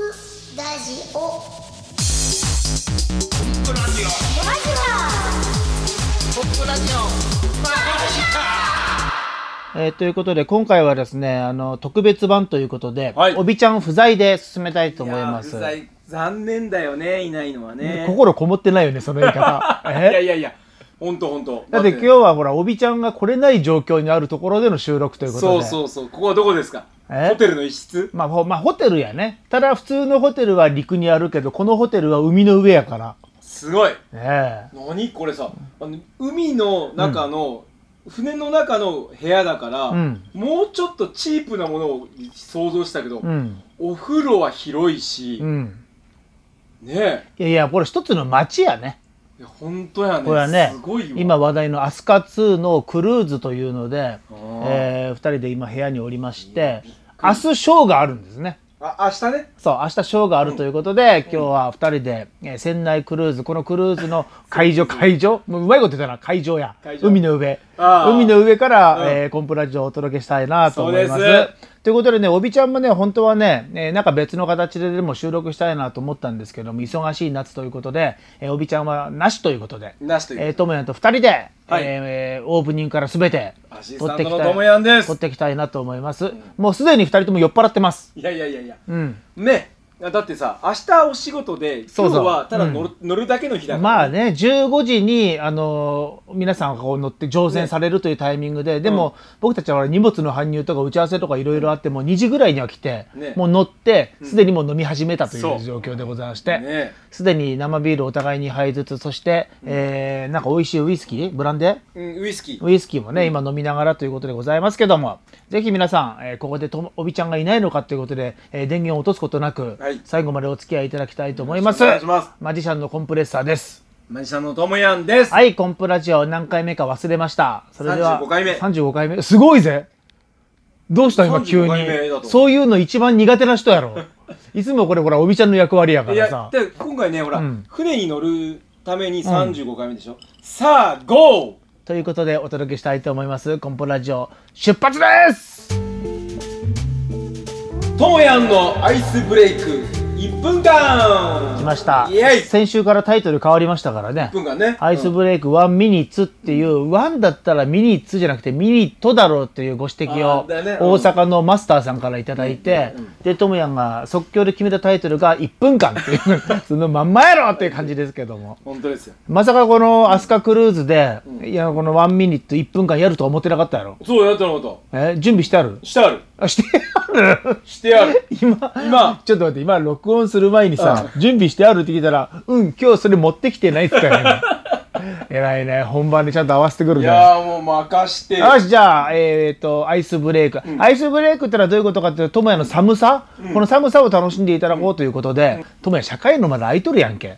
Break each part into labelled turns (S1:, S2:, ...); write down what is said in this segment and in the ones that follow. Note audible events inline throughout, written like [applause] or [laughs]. S1: ラジオ
S2: ポップラジオ
S1: ラジ
S2: ポップラジオ
S3: えーということで、今回はですね、あの、特別版ということで、
S4: はい
S3: おびちゃん不在で進めたいと思いま
S4: い
S3: す
S4: や。ーうざい残念だよねいないのはね
S3: 心こもってないよね、その言い
S4: [laughs]
S3: 方。
S4: いや
S3: え
S4: いやいや本当本当
S3: だって今日はほら、おびちゃんが来れない状況にあるところでの収録ということで。
S4: そうそうそうここはどこですか
S3: え
S4: ホテルの一室
S3: まあ、ほまあ、ホテルやね。ただ、普通のホテルは陸にあるけど、このホテルは海の上やから。
S4: すごい
S3: ねえ
S4: 何これさあの海の中の、船の中の部屋だから、
S3: うん
S4: もうちょっとチープなものを想像したけど、
S3: うん。
S4: お風呂は広いし、
S3: うん。
S4: ね
S3: い
S4: え
S3: やいや、これ一つの街やね。
S4: いや本当やね
S3: これはね
S4: すごい、わ
S3: 今話題のアスカ2のクルーズというので、
S4: あー
S3: えー、2人で今部屋におりまして
S4: びっく
S3: 明
S4: り
S3: 日ショーがあるんですね
S4: あ明日ね
S3: そう明日ショーがあるということで、今日は2人で、えー船内クルーズこのクルーズの会場会場もううまいこと言ったな会場や
S4: 会場
S3: 海の上
S4: あー
S3: 海の上から、
S4: うん
S3: えーコンプラジオをお届けしたいなと思います
S4: そうで
S3: ということでねおびちゃんもね本当はね、えーなんか別の形ででも収録したいなと思ったんですけども忙しい夏ということで、えーおびちゃんはなしということで
S4: なしという、
S3: えー、ともやんと二人で、
S4: はい
S3: えーオープニングからすべて
S4: アシス
S3: 取
S4: タ
S3: っ
S4: ン
S3: て
S4: ト
S3: き
S4: の
S3: た
S4: ともやんです
S3: 取ってきたいなと思います、もうすでに二人とも酔っ払ってます
S4: いやいやいやいや
S3: うん
S4: ねだってさ明日お仕事で
S3: そ
S4: 今
S3: う
S4: 日
S3: そう
S4: はただ乗る,、乗るだけの日だから、
S3: まあね15時に、あのー皆さんがこう乗って乗船されるというタイミングで、でも、僕たちはほら荷物の搬入とか打ち合わせとかいろいろあってもう2時ぐらいには来て、
S4: ね
S3: もう乗ってすでにもう飲み始めたとい
S4: そうう
S3: 状況でございまして、
S4: ね
S3: すでに生ビールお互いに杯ずつそして、えーなんか美味しいウイスキーブランデー
S4: うん、ウイスキー
S3: ウイスキーもね、今飲みながらということでございますけども、ぜひ皆さん、えーここでともおびちゃんがいないのかということで、えー電源を落とすことなく、
S4: はい
S3: 最後までお付き合いいただきたいと思います。
S4: よろしくお願いします
S3: マジシャンのコンプレッサーです。
S4: マジシャンのともやんです、
S3: はい、コンプラジオ何回目か忘れました。それでは、
S4: 35回目
S3: 35回目。すごいぜどうした今急
S4: 35回目だ
S3: に。
S4: と
S3: そういうの一番苦手な人やろ。
S4: [laughs]
S3: いつもこれほら、おびちゃんの役割やか
S4: い
S3: ら
S4: や
S3: さ。
S4: で今回ねほら、
S3: うん
S4: 船に乗るために35回目でしょ、さあゴー
S3: ということでお届けしたいと思います。コンプラジオ、出発です
S4: ともやんのアイスブレイク1分間
S3: 来ました
S4: イエイ1
S3: 先週からタイトル変わりましたからね
S4: 分間ね
S3: アイスブレイク1ミニッツっていう、ワンだったらミニッツじゃなくてミニットだろうっていうご指摘を
S4: あーだねうん
S3: 大阪のマスターさんからいただいて、で、トムヤンが即興で決めたタイトルが1分間っていう、そのまんまやろっていう感じですけども。
S4: 本当ですよ
S3: まさかこのアスカクルーズで、いや、この1ミニット1分間やるとは思ってなかったやろ。
S4: そうやったのこと
S3: え準備してある
S4: してある
S3: あ、してある
S4: してある
S3: 今、
S4: 今
S3: ちょっと待って、今、録音する前にさ、準備してあるって聞いたら、うん、今日それ持ってきてないっつったよね。 [laughs] 偉いね、本番でちゃんと合わせてくる
S4: い
S3: じゃん。
S4: やーもう任してよ
S3: よし、じゃあ、えっ、と、アイスブレイク。アイスブレイクってのはどういうことかっていうと、智也の寒さ、この寒さを楽しんでいただこうということで、智也、社会の窓開いとるやん
S4: [laughs]
S3: け。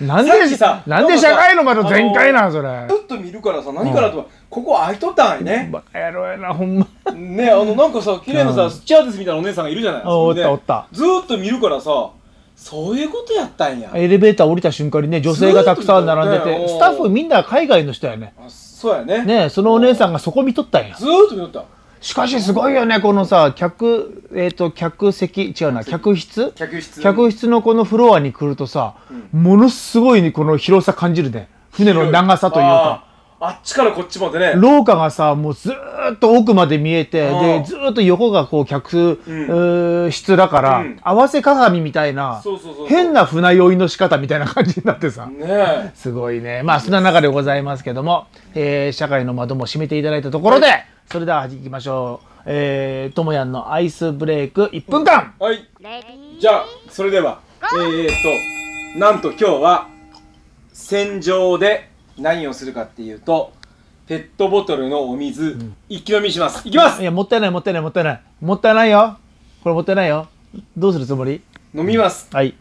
S3: なんで
S4: さっきさ、
S3: なんで社会の窓全開なん、それ。
S4: ちょっと見るからさ、何かなと、ここ開いとったんやね。
S3: バカ野郎やな、ほんま。
S4: ね、あの、なんかさ、綺麗なさ、スチアーティスみたいなお姉さんがいるじゃない
S3: あおった
S4: それで
S3: おった
S4: ずーっと見るからさ、そういうことやったんや。
S3: エレベーター降りた瞬間にね、女性がたくさん並んで
S4: ずーっと見
S3: て、
S4: たよ
S3: スタッフみんな海外の人やね。
S4: あそうやね。
S3: ねそのお姉さんがそこ見とったんや。
S4: ずーっと見とった。
S3: しかしすごいよねこのさ客えっ、と客席違うな客室
S4: 客室
S3: 客室のこのフロアに来るとさ、ものすごいねこの広さ感じるね船の長さというか
S4: あー。あっちからこっちまでね。
S3: 廊下がさもうずーっと奥まで見えて
S4: あ
S3: で
S4: ー
S3: ずーっと横がこう客、
S4: ん
S3: うー室だから、
S4: うん
S3: 合わせ鏡みたいな
S4: そうそうそうそう
S3: 変な船酔いの仕方みたいな感じになってさ、
S4: ね
S3: すごいね。まあ、そんな中でございますけども、えー社会の窓も閉めていただいたところで、それでは行きましょう。えー、ともやんのアイスブレイク1分間、
S4: はい。
S1: オレディー
S4: じゃあ、それでは、えーっと、なんと今日は、戦場で何をするかっていうと、ペットボトルのお水、一気飲みします。いきます
S3: いや、もったいない、もったいない、もったいない。もったいないよ。これもったいないよ。どうするつもり
S4: 飲みます。
S3: はい。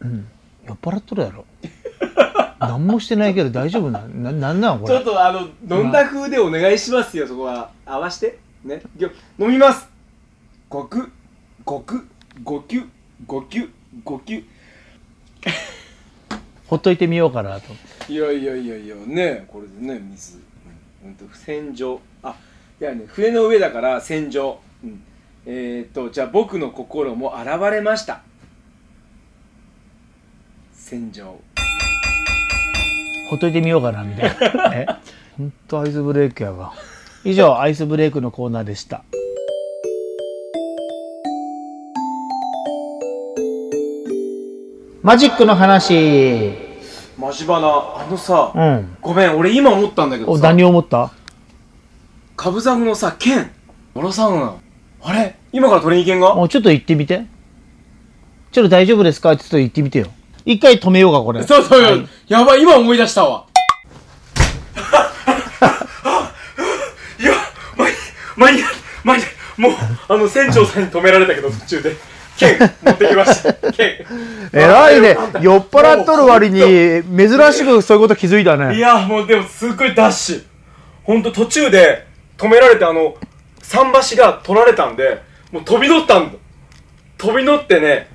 S3: うん。酔っ払っとるや
S4: [laughs]
S3: ろ。何もしてないけど大丈夫なんな、なんなんこ
S4: ちょっ
S3: れ。
S4: とあの飲んだ風でお願いしますよそこは合わしてねぎょ飲みますごくごくごきゅごきゅごきゅ
S3: ほっといてみようかなと。
S4: いやいやいやいやねこれでね水うん、うん、と戦場あいやね船の上だから戦場、うん、えー、っとじゃあ僕の心も現れました洗浄
S3: ほっといてみようかなみたいな
S4: [laughs]
S3: えほんとアイスブレイクやわ以上アイスブレイクのコーナーでしたマジックの話
S4: マジバナあのさ、
S3: うん
S4: ごめん俺今思ったんだけど
S3: お
S4: さ
S3: 何を思った
S4: カブザグのさ剣下ろさんのあれ今から取りに行けんが
S3: もうちょっと行ってみてちょっと大丈夫ですかちょっと行ってみてよ一回止めようかこれ
S4: そうそうよ、
S3: はい
S4: やばい今思い出したわ [laughs] いや間に間に間にもうあの船長さんに止められたけど途中で剣持ってきました剣
S3: [laughs] 偉いね酔っ払っとる割に
S4: もう
S3: 珍しくそういうこと気づいた
S4: い
S3: ね
S4: やもうでもすっごいダッシュほんと途中で止められてあの桟橋が取られたんでもう飛び乗ったんだ飛び乗ってね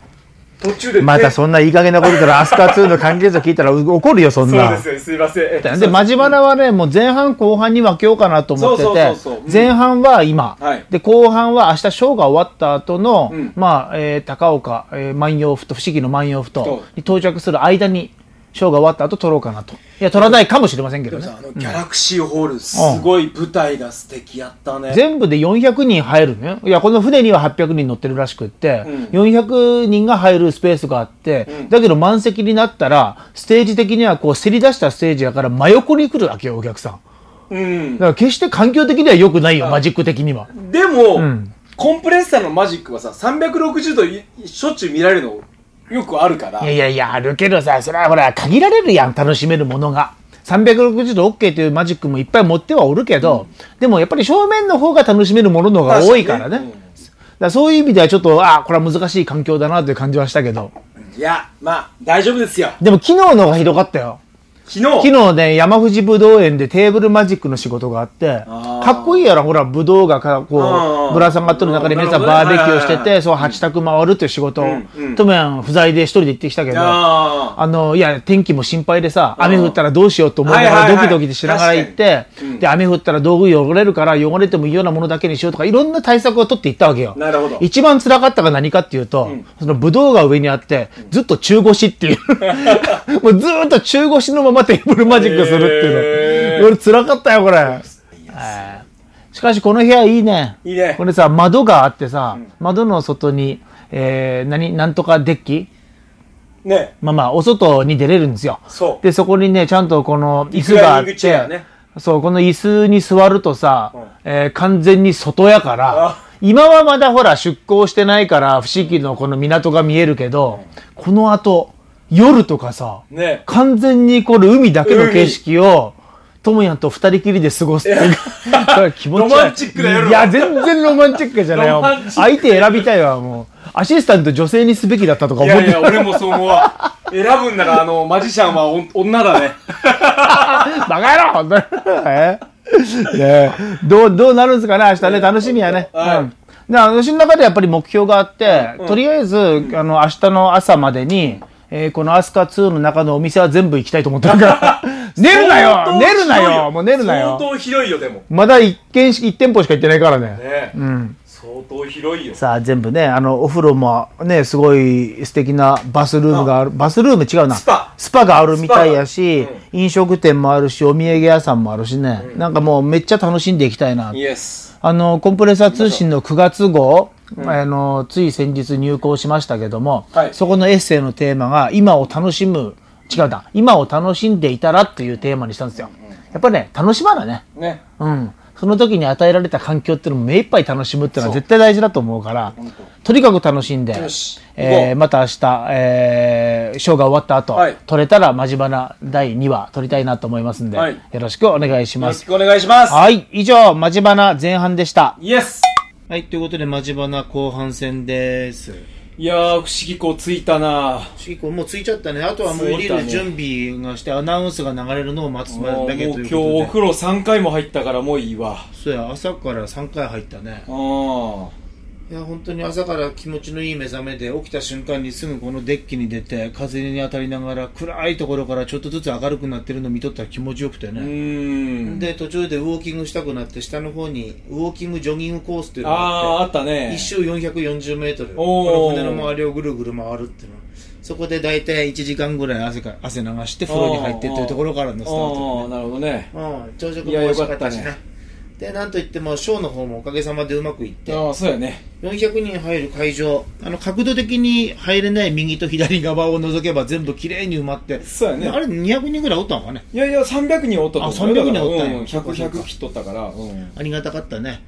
S4: 途中で手
S3: またそんないい加減なことからアスカ2の関係図聞いたらう怒るよそん
S4: そう
S3: な
S4: ですよすいませんえ
S3: で、マジバナはね、もう前半後半に分けようかなと思って
S4: そうそうそうそう
S3: て、
S4: うん
S3: 前半は今
S4: はい、
S3: で、後半は明日ショーが終わった後の
S4: うん、
S3: まあ、えー高岡、えー万葉ふと、不思議の万葉ふ
S4: そ
S3: と、に到着する間に、ショーが終わった後撮ろうかなと。いや、撮らないかもしれませんけ
S4: で
S3: ど
S4: も
S3: ね
S4: さ。あのギャラクシーホールすごい舞台が素敵やったね、
S3: 全部で400人入るね。いや、この船には800人乗ってるらしくって、
S4: うん
S3: 400人が入るスペースがあって、
S4: うん
S3: だけど満席になったら、ステージ的にはこう、せり出したステージやから真横に来るわけよ、お客さん。
S4: うん
S3: だから決して環境的には良くないよ、マジック的には。
S4: でも、
S3: うん
S4: コンプレッサーのマジックはさ360度いしょっちゅう見られるのよくあるから
S3: いやいやいや、あるけどさ、それはほら、限られるやん、楽しめるものが。360度 OK というマジックもいっぱい持ってはおるけど、でもやっぱり正面の方が楽しめるものの方が多いからね。
S4: 確に
S3: だからそういう意味ではちょっと、ああ、これは難しい環境だなという感じはしたけど。
S4: うんいやまあ大丈夫ですよ
S3: でも昨日の方がひどかったよ。
S4: 昨日
S3: 昨日ね、山藤武道園でテーブルマジックの仕事があって、
S4: あー
S3: かっこいいやろ、ほら、武道がかこ
S4: うん
S3: う、ぶら下がってる中で
S4: うん
S3: 皆さん
S4: な
S3: バー
S4: るほ
S3: ベ
S4: ど
S3: キュー
S4: ね
S3: して
S4: はいはいは
S3: て、そう、八択回るっていう仕事
S4: うんうん
S3: トメヤン不在で一人で行ってきたけど、
S4: あー
S3: あの、いや、天気も心配でさ、
S4: うん
S3: 雨降ったらどうしようと思いなが
S4: はいは
S3: らド
S4: いはい
S3: キドキしながら行って
S4: 確かにうん、
S3: で、雨降ったら道具汚れるから汚れてもいいようなものだけにしようとか、いろんな対策を取っていったわけよ。
S4: なるほど
S3: 一番辛かったが何かっていうと、その武道が上にあって、ずっと中腰って
S4: [laughs]
S3: いう。もうずーっと中腰のままテーブルマジックするっていう
S4: へー
S3: の。俺辛かったよ、これ。はいしかしこの部屋いいね。
S4: いいね
S3: これさ、窓があってさ、窓の外に、えー、何、なんとかデッキ
S4: ね
S3: まあまあ、お外に出れるんですよ。
S4: そう
S3: で、そこにね、ちゃんとこの椅子があっ
S4: リクライニングチェア
S3: て、
S4: ね
S3: そう、この椅子に座るとさ、
S4: ん
S3: えー完全に外やから
S4: あ、
S3: 今はまだほら出港してないから、不思議のこの港が見えるけど、この後、夜とかさ、
S4: ね
S3: 完全にこれ海だけの景色を、トムヤンと二人きりで過ごすっていうそれは [laughs] 気持ち悪い
S4: ロマンチックな夜を
S3: いや、全然ロマンチックじゃない
S4: ロ
S3: よ
S4: マンチッ。ク
S3: 相手選びたいわ、もう。アシスタント女性にすべきだったとか
S4: い
S3: 思っ
S4: や
S3: て
S4: いや俺もそう思うわ選ぶんならあのマジシャンはお女だね
S3: [laughs] バカ野郎本当にえねえどう、どうなるんですかね明日ね、楽しみやね。
S4: はい
S3: うん。で、私の中でやっぱり目標があって、とりあえず、あの、明日の朝までに、えーこのアスカ2の中のお店は全部行きたいと思ってる
S4: [laughs]
S3: から。寝るな
S4: 相当
S3: よ寝るな
S4: 広い
S3: よもう寝るなよ
S4: 相当広いよでも
S3: まだ一軒し、一店舗しか行ってないからね。
S4: ね、
S3: うん。
S4: 相当広いよ
S3: さあ、全部ね、あの、お風呂もね、すごい素敵なバスルームがある。バスルーム違うな。
S4: スパ
S3: スパがあるみたいやし
S4: スパが、
S3: 飲食店もあるし、お土産屋さんもあるしね。なんかもうめっちゃ楽しんでいきたいな。
S4: イエス
S3: あの、コンプレッサー通信の9月号、あの、つい先日入稿しましたけども、
S4: はい
S3: そこのエッセイのテーマが、今を楽しむ、違うな、今を楽しんでいたらっていうテーマにしたんですよ。やっぱりね、楽しまなね。
S4: ね
S3: うん、その時に与えられた環境っていうのも目いっぱい楽しむっていうのは絶対大事だと思うからとにかく楽しんで
S4: よし、行こ
S3: え
S4: う
S3: ーまた明日、えー、ショーが終わった後、
S4: はい
S3: 撮れたら「まじばな」第2話撮りたいなと思いますんで、
S4: はい
S3: よろしくお願いし
S4: よ
S3: ま
S4: ろ
S3: す
S4: し。くお願いします
S3: はい、以上、まじばな前半でした。
S4: イエス
S3: はい、ということで、まじばな後半戦です。
S4: いやー不思議こうついたな
S3: 結構もうついちゃったね。あと
S4: はもう降りる準
S3: 備がして、アナウンスが流れるのを待つ
S4: もうもう今日お風呂3回も入ったからもういいわ
S3: そうや、朝から3回入ったね。
S4: うん
S3: いや本当に朝から気持ちのいい目覚めで起きた瞬間にすぐこのデッキに出て風に当たりながら暗いところからちょっとずつ明るくなってるの見とったら気持ちよくて
S4: う
S3: ね、
S4: ん
S3: で途中でウォーキングしたくなって下の方にウォーキングジョギングコースっていうのがあ
S4: ああー
S3: っ
S4: あった
S3: て
S4: ね
S3: 一周4 4 0ルこ
S4: おー
S3: の船の周りをぐるぐる回るっていうのそこで大体1時間ぐらい汗か汗流して風呂に入ってというところからのスタート、
S4: ああなるほどね
S3: うん、朝食も
S4: いや
S3: 美味しかったしね
S4: よかっ
S3: でなんといってもショーの方もおかげさまでうまくいって
S4: ああそうやね
S3: 400人入る会場あの角度的に入れない右と左側を除けば全部きれいに埋まって
S4: そうやね
S3: あれ200人ぐらいおったのかね
S4: いやいや300人おったと思
S3: あ
S4: う
S3: 300人おったんや
S4: うん、100100切っとったから、うん、
S3: ありがたかったね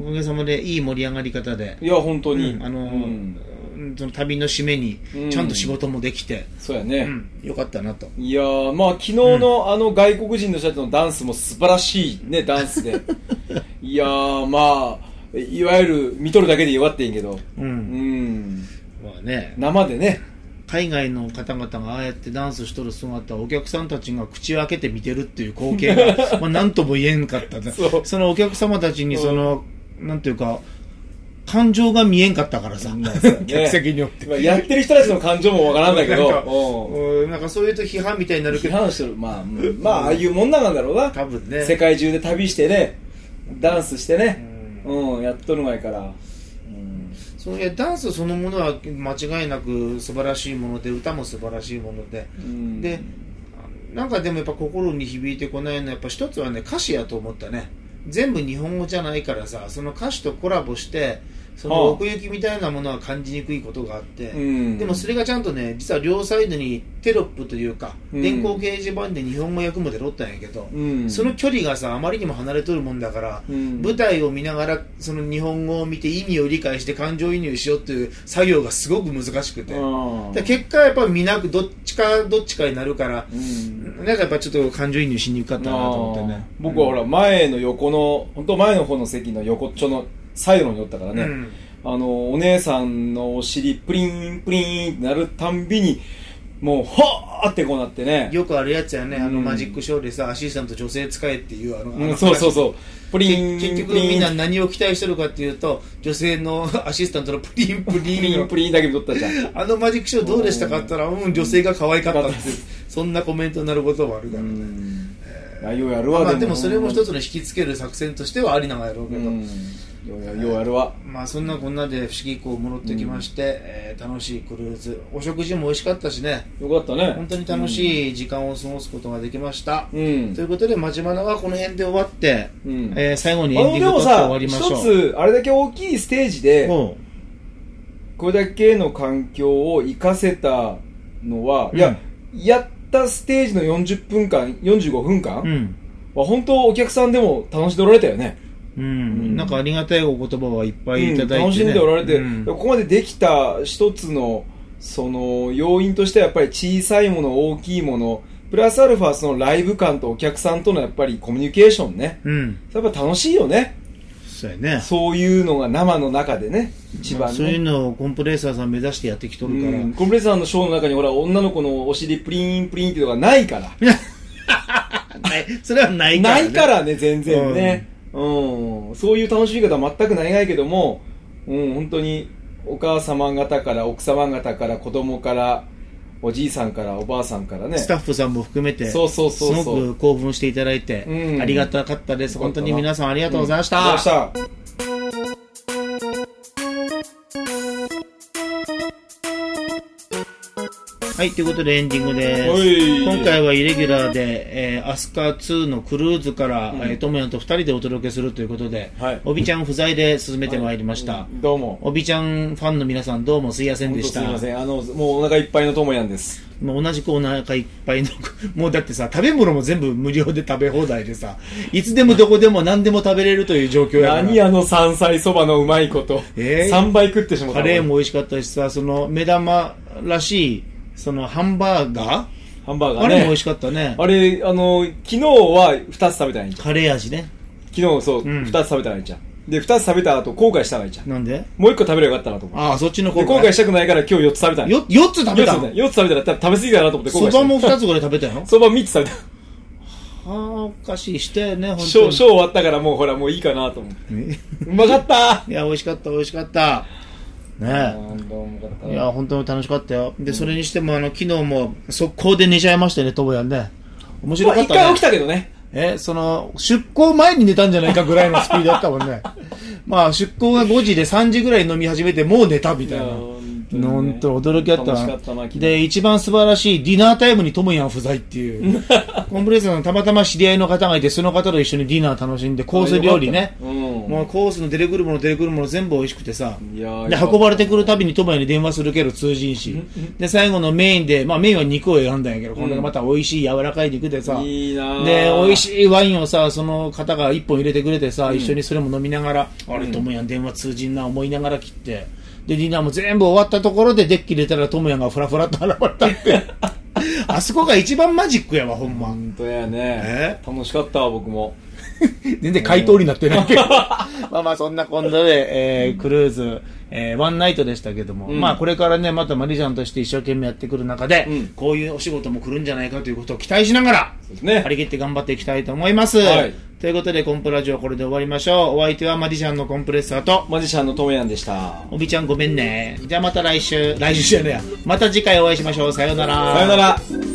S3: おかげさまでいい盛り上がり方で
S4: いや本当に、
S3: うんあのー
S4: うん
S3: うんその旅の締めに
S4: うん
S3: ちゃんと仕事もできて、
S4: そうやね、
S3: うんよかったなと
S4: いやーまあ昨日の、あの外国人の人たちのダンスも素晴らしいねダンス
S3: [laughs]
S4: でいやーまあいわゆる見とるだけで弱ってんけど
S3: うん
S4: うん
S3: まあね
S4: 生でね
S3: 海外の方々がああやってダンスしとる姿をお客さんたちが口を開けて見てるっていう光景が
S4: [laughs]
S3: まあ何とも言えんかったね
S4: そう
S3: のお客様たちにその、なんていうか感情が見えんかったからさ、客席によって
S4: まあやってる人たちの感情もわからんだけ
S3: [laughs]
S4: ど
S3: なんか
S4: うん
S3: うんなんかそういうと批判みたいになるけ
S4: 批
S3: ど
S4: 判してるまあ、うんまあああいうもんなんなんだろうな
S3: 多分ね
S4: 世界中で旅してねダンスしてね
S3: う
S4: うん、やっとる前から、うん、
S3: そういやダンスそのものは間違いなく素晴らしいもので歌も素晴らしいもので、
S4: うん
S3: でなんかでもやっぱ心に響いてこないのはやっぱ一つはね歌詞やと思ったね全部日本語じゃないからさその歌詞とコラボしてそ
S4: はあ
S3: の奥行きみたいなものは感じにくいことがあって、
S4: うん
S3: でもそれがちゃんとね実は両サイドにテロップというか、
S4: うん
S3: 電光掲示板で日本語訳も出ろったんやけど、
S4: うん
S3: その距離がさあまりにも離れとるもんだから、
S4: うん
S3: 舞台を見ながらその日本語を見て意味を理解して感情移入しようっていう作業がすごく難しくて、
S4: うん
S3: で結果やっぱ見なくどっちかどっちかになるから
S4: う、ん
S3: なんかやっぱちょっと感情移入しにくかったなと思って
S4: あー
S3: ね
S4: 僕はほら、前の横の本当前の方の席の横っちょのサイドの方におったからね、
S3: うん
S4: あのお姉さんのお尻プリンプリンってなるたんびにもうはーってこうなってね
S3: よくあるやつやね、あ
S4: う
S3: の
S4: ん
S3: マジックショーでさアシスタント女性使えっていうあの,、
S4: うん、そうそうそうプ
S3: プ
S4: リン
S3: 結局
S4: プリン
S3: みんな何を期待してるかっていうと女性の [laughs] アシスタントのプリ
S4: [laughs]
S3: ンプリ
S4: プ
S3: ン
S4: リンプリンだけ見とったじゃん
S3: あのマジックショーどうでしたかって言ったらうん女性が可愛かったって
S4: 可愛かったです
S3: そんなコメントになることもあるから
S4: う
S3: ね、
S4: んあようやるわ、
S3: まあでもそれも一
S4: つ
S3: つの引きつける作戦としてはありなんやろうけ
S4: う
S3: ど、
S4: んようやようやるわ
S3: まあそんなこんなで不思議こう戻ってきまして、えー楽しいクルーズお食事も美味しかったしね
S4: よかったね
S3: 本当に楽しい時間を過ごすことができました、
S4: うん、うん
S3: ということで「まじまな」はこの辺で終わって、
S4: うん
S3: えー最後に
S4: あ
S3: エン
S4: の
S3: デ
S4: で
S3: ィングと
S4: も
S3: して終
S4: さ
S3: わりましょう
S4: 一つあれだけ大きいステージで、
S3: うん
S4: これだけの環境を活かせたのは、
S3: うん
S4: いややったステージの40分間45分間、
S3: うん
S4: は本当お客さんでも楽しんでおられたよね
S3: うん
S4: ん
S3: なんかありがたいお言葉はいっぱいいただいて、ね
S4: うん楽しんでおられて、
S3: うん
S4: ここまでできた一つのその要因としてはやっぱり小さいもの大きいものプラスアルファそのライブ感とお客さんとのやっぱりコミュニケーションね
S3: うん
S4: やっぱ楽しいよね
S3: そうやね
S4: そういうのが生の中でね一
S3: ま
S4: 番
S3: あ
S4: ね
S3: そういうのをコンプレッサーさん目指してやってきとるから、
S4: うんコンプレッサーのショーの中にほら女の子のお尻プリンプリンっていうのがないから
S3: [laughs] ないそれはないから、
S4: な
S3: ね、
S4: いからね全然ね、うんそういう楽しみ方は全くないがいけども、うん、本当にお母様方から奥様方から子供からおじいさんからおばあさんからね
S3: スタッフさんも含めて
S4: そうそうそうそう
S3: すごく興奮していただいて、
S4: うん
S3: ありがたかったです
S4: よかっ
S3: 本
S4: た
S3: 当
S4: な
S3: に皆さんあり
S4: あ
S3: がとうございました、
S4: ありがとうございました
S3: はい、ということでエンディングです。
S4: はい
S3: 今回はイレギュラーで、えー、アスカ2のクルーズから、
S4: ん
S3: えートモヤンと2人でお届けするということで、
S4: はい
S3: おびちゃん不在で進めてまいりました。
S4: どうも
S3: おびちゃんファンの皆さんどうもすいませんでし
S4: 本
S3: た
S4: 当す。みませんあのもうお腹いっぱいのともやんです
S3: もう同じくお腹いっぱいの、 [laughs] もうだってさ、食べ物も全部無料で食べ放題でさ、いつでもどこでも何でも食べれるという状況やから。
S4: 何あの山菜そばのうまいこと、
S3: えー
S4: 3倍食ってしまった
S3: カレーも美味しかったしさ、その目玉らしい、そのハンバーガ
S4: ハンバー
S3: ー、
S4: ガー
S3: あ
S4: ね
S3: れも美味しかったね。
S4: あれあの昨日は2つ食べたらいいんじゃん
S3: カレー味ね。
S4: 昨日そう、
S3: うん
S4: 2つ食べたらいいんじゃんで2つ食べた後後悔したらいいじゃん
S3: なんで
S4: もう一個食べればよかったなと思って。
S3: ああ、そっちの
S4: で
S3: 方
S4: 後悔したくないから今日4つ食べたの。
S3: よ、4つ食べたの
S4: 4つ食べたら食べ過ぎだなと思って後
S3: そ
S4: 悔した。
S3: ばも2つぐらい食べたよ。
S4: そば3つ食べた。
S3: ああ、おかしいしてね、本
S4: ショ
S3: 当
S4: ー、
S3: に
S4: ショー終わったからもうほらもういいかなと思って。
S3: え
S4: うまかった
S3: [laughs] いや、美味しかった、美味しかった。ね
S4: ーどうもうまかった
S3: え。いや、本当に楽しかったよ。で、それにしても、あの、昨日も速攻で寝ちゃいましたね、ともやんね。面白
S4: まあ
S3: かっ
S4: 一
S3: た
S4: 回起
S3: ね
S4: き。たけどね。
S3: え、その、出航前に寝たんじゃないかぐらいのスピードだったもんね。まあ、出航が5時で3時ぐらいに飲み始めて、もう寝たみ
S4: い
S3: たい
S4: や
S3: な。
S4: ーにね
S3: 本当に驚きあった
S4: 楽しかったな昨日
S3: で、一番素晴らしいディナータイムにトモヤン不在っていう。コンプレッサーのたまたま知り合いの方がいて、その方と一緒にディナー楽しんで、コース料理ね。
S4: うん
S3: もうコースの出てくるもの出てくるもの全部美味しくてさ。
S4: いやー
S3: で、
S4: よかった
S3: 運ばれてくるたびにトモヤンに電話するけど通じんし。で、最後のメインで、まあメインは肉を選んだんやけど、これがまた美味しい柔らかい肉でさ。
S4: いいな
S3: で、美味
S4: い
S3: しいワインをさ、その方が一本入れてくれてさ、一緒にそれも飲みながら、あれ、ともやん電話通じんな、思いながら切って、で、ディナーも全部終わったところでデッキ入れたら、ともやんがフラフラっと現れたっ
S4: [laughs]
S3: て。あそこが一番マジックやわ、ほんま。
S4: 本当やね
S3: え
S4: 楽しかったわ僕も
S3: [laughs] 全然回答になってないけど。 [laughs] まあまあ、そんなこんなで、えークルーズ、えーワンナイトでしたけども、
S4: うん
S3: まあこれからね、またマリジャンとして一生懸命やってくる中で、
S4: うん
S3: こういうお仕事も来るんじゃないかということを期待しながら、
S4: そうですね
S3: 張り切って頑張っていきたいと思います。
S4: はい
S3: ということで、コンプラジオはこれで終わりましょう。お相手はマリジャンのコンプレッサーと、
S4: マジシャンのトモヤンでした
S3: おびちゃんごめんね。じゃあまた来週、来週じゃねえや。また次回お会いしましょう。さようなら。
S4: さよなら